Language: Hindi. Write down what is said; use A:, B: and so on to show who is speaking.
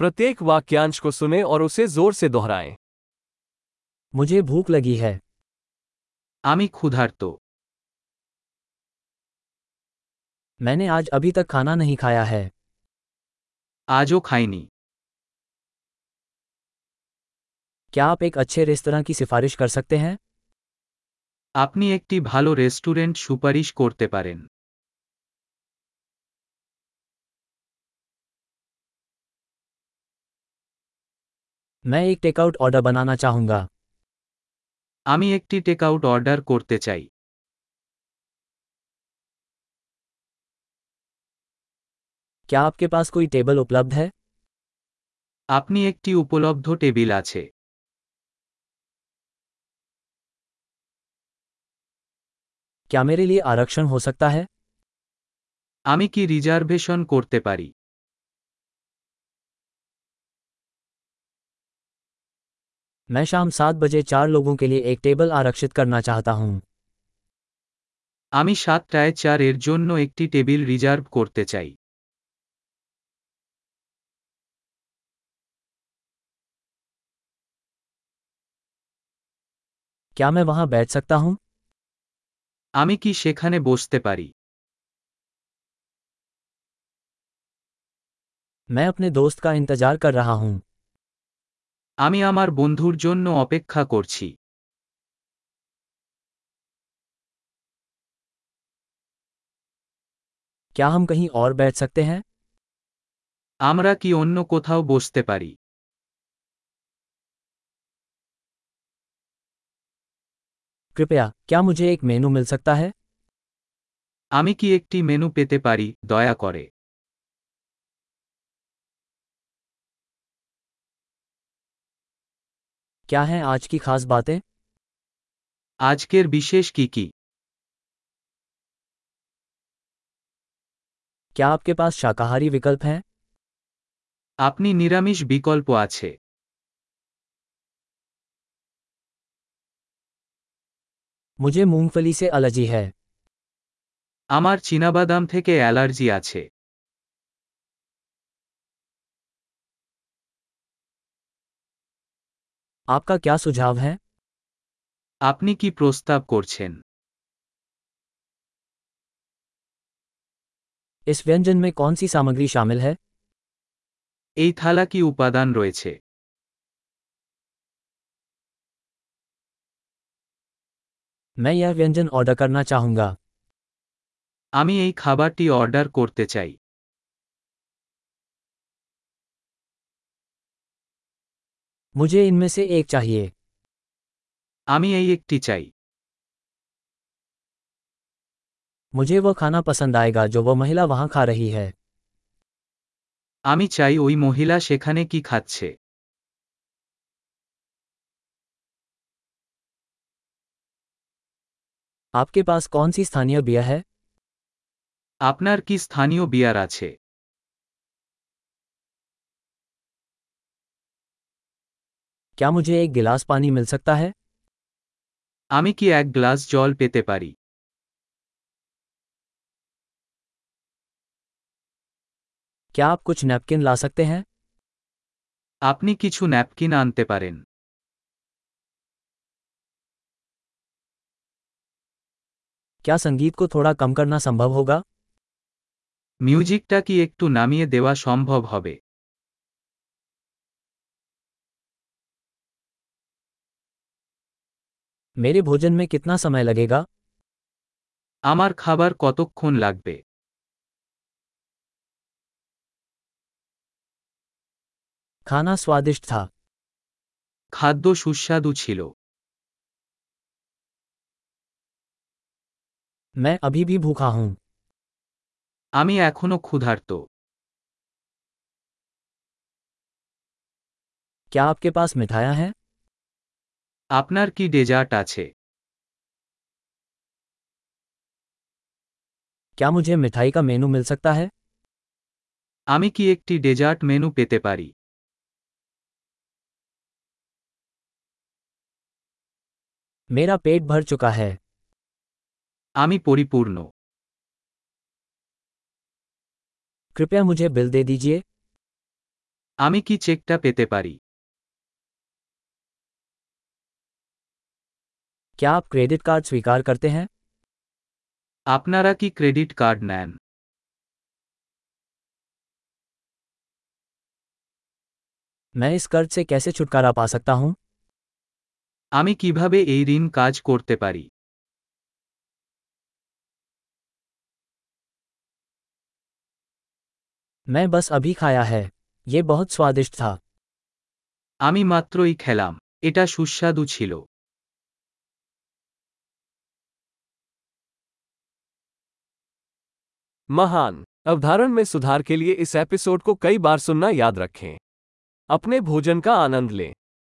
A: प्रत्येक वाक्यांश को सुने और उसे जोर से दोहराएं
B: मुझे भूख लगी है
C: আমি ক্ষুধার্ত
B: मैंने आज अभी तक खाना नहीं खाया है
C: আজও খাইনি
B: क्या आप एक अच्छे रेस्तरा की सिफारिश कर सकते हैं
C: আপনি একটি ভালো রেস্টুরেন্ট সুপারিশ করতে পারেন
B: मैं एक टेकआउट ऑर्डर बनाना चाहूँगा
C: আমি একটি টেকআউট অর্ডার করতে চাই
B: क्या आपके पास कोई टेबल उपलब्ध है
C: আপনি একটি উপলব্ধ টেবিল আছে
B: क्या मेरे लिए आरक्षण हो सकता है
C: আমি কি রিজার্ভেশন করতে পারি
B: मैं शाम सात बजे चार लोगों के लिए एक टेबल आरक्षित करना चाहता हूँ
C: আমি সাতটায় চার এর জন্য একটি টেবিল রিজার্ভ করতে চাই
B: क्या मैं वहाँ बैठ सकता हूँ
C: আমি কি সেখানে বসতে পারি
B: मैं अपने दोस्त का इंतजार कर रहा हूँ
C: আমি আমার বন্ধুর জন্য অপেক্ষা করছি
B: क्या हम कहीं और बैठ सकते हैं
C: আমরা কি অন্য কোথাও বসতে পারি
B: कृपया क्या मुझे एक मेनू मिल सकता है
C: আমি কি একটি মেনু পেতে পারি দয়া করে
B: क्या हैं आज की खास बातें
C: আজকের বিশেষ কি কি
B: क्या आपके पास शाकाहारी विकल्प हैं
C: আপনি নিরামিষ বিকল্প আছে
B: मुझे मूंगफली से एलर्जी है
C: আমার চীনাবাদাম থেকে অ্যালার্জি আছে
B: आपका क्या सुझाव है
C: আপনি কি প্রস্তাব করছেন
B: इस व्यंजन में कौन सी सामग्री शामिल है
C: এই থালা কি উপাদান রয়েছে
B: मैं यह व्यंजन ऑर्डर करना चाहूँगा
C: আমি এই খাবারটি অর্ডার করতে চাই
B: मुझे इनमें से एक चाहिए
C: আমি এই একটি চাই
B: मुझे वह खाना पसंद आएगा जो वह महिला वहाँ खा रही है
C: আমি চাই ওই মহিলা সেখানে কি খাচ্ছে
B: आपके पास कौन सी स्थानीय बियर है
C: আপনার কি স্থানীয় বিয়ার আছে
B: क्या मुझे एक गिलास पानी मिल सकता है
C: আমি কি এক গ্লাস জল পেতে পারি
B: क्या आप कुछ नैपकिन ला सकते हैं
C: আপনি কিছু ন্যাপকিন আনতে পারেন
B: क्या संगीत को थोड़ा कम करना संभव होगा
C: মিউজিকটা কি একটু নামিয়ে দেওয়া সম্ভব হবে
B: मेरे भोजन में कितना समय लगेगा
C: আমার খাবার কতক্ষণ লাগবে
B: खाना स्वादिष्ट था
C: খাদ্য সুস্বাদু ছিল
B: मैं अभी भी भूखा हूँ
C: আমি এখনও ক্ষুধার্ত
B: क्या आपके पास मिठाइयाँ हैं
C: আপনার কি ডেজার্ট আছে
B: क्या मुझे मिठाई का मेनू मिल सकता है
C: আমি কি একটি ডেজার্ট মেনু পেতে পারি
B: मेरा पेट भर चुका है
C: আমি পরিপূর্ণ
B: कृपया मुझे बिल दे दीजिए
C: আমি কি চেকটা পেতে পারি
B: क्या आप क्रेडिट कार्ड स्वीकार करते हैं
C: আপনারা কি ক্রেডিট কার্ড নেন
B: मैं इस कर्ज से कैसे छुटकारा पा सकता हूँ
C: আমি কিভাবে এই ঋণ কাজ করতে পারি
B: मैं बस अभी खाया है ये बहुत स्वादिष्ट था
C: আমি মাত্রই খেলাম এটা সুস্বাদু ছিল
A: महान अवधारण में सुधार के लिए इस एपिसोड को कई बार सुनना याद रखें अपने भोजन का आनंद लें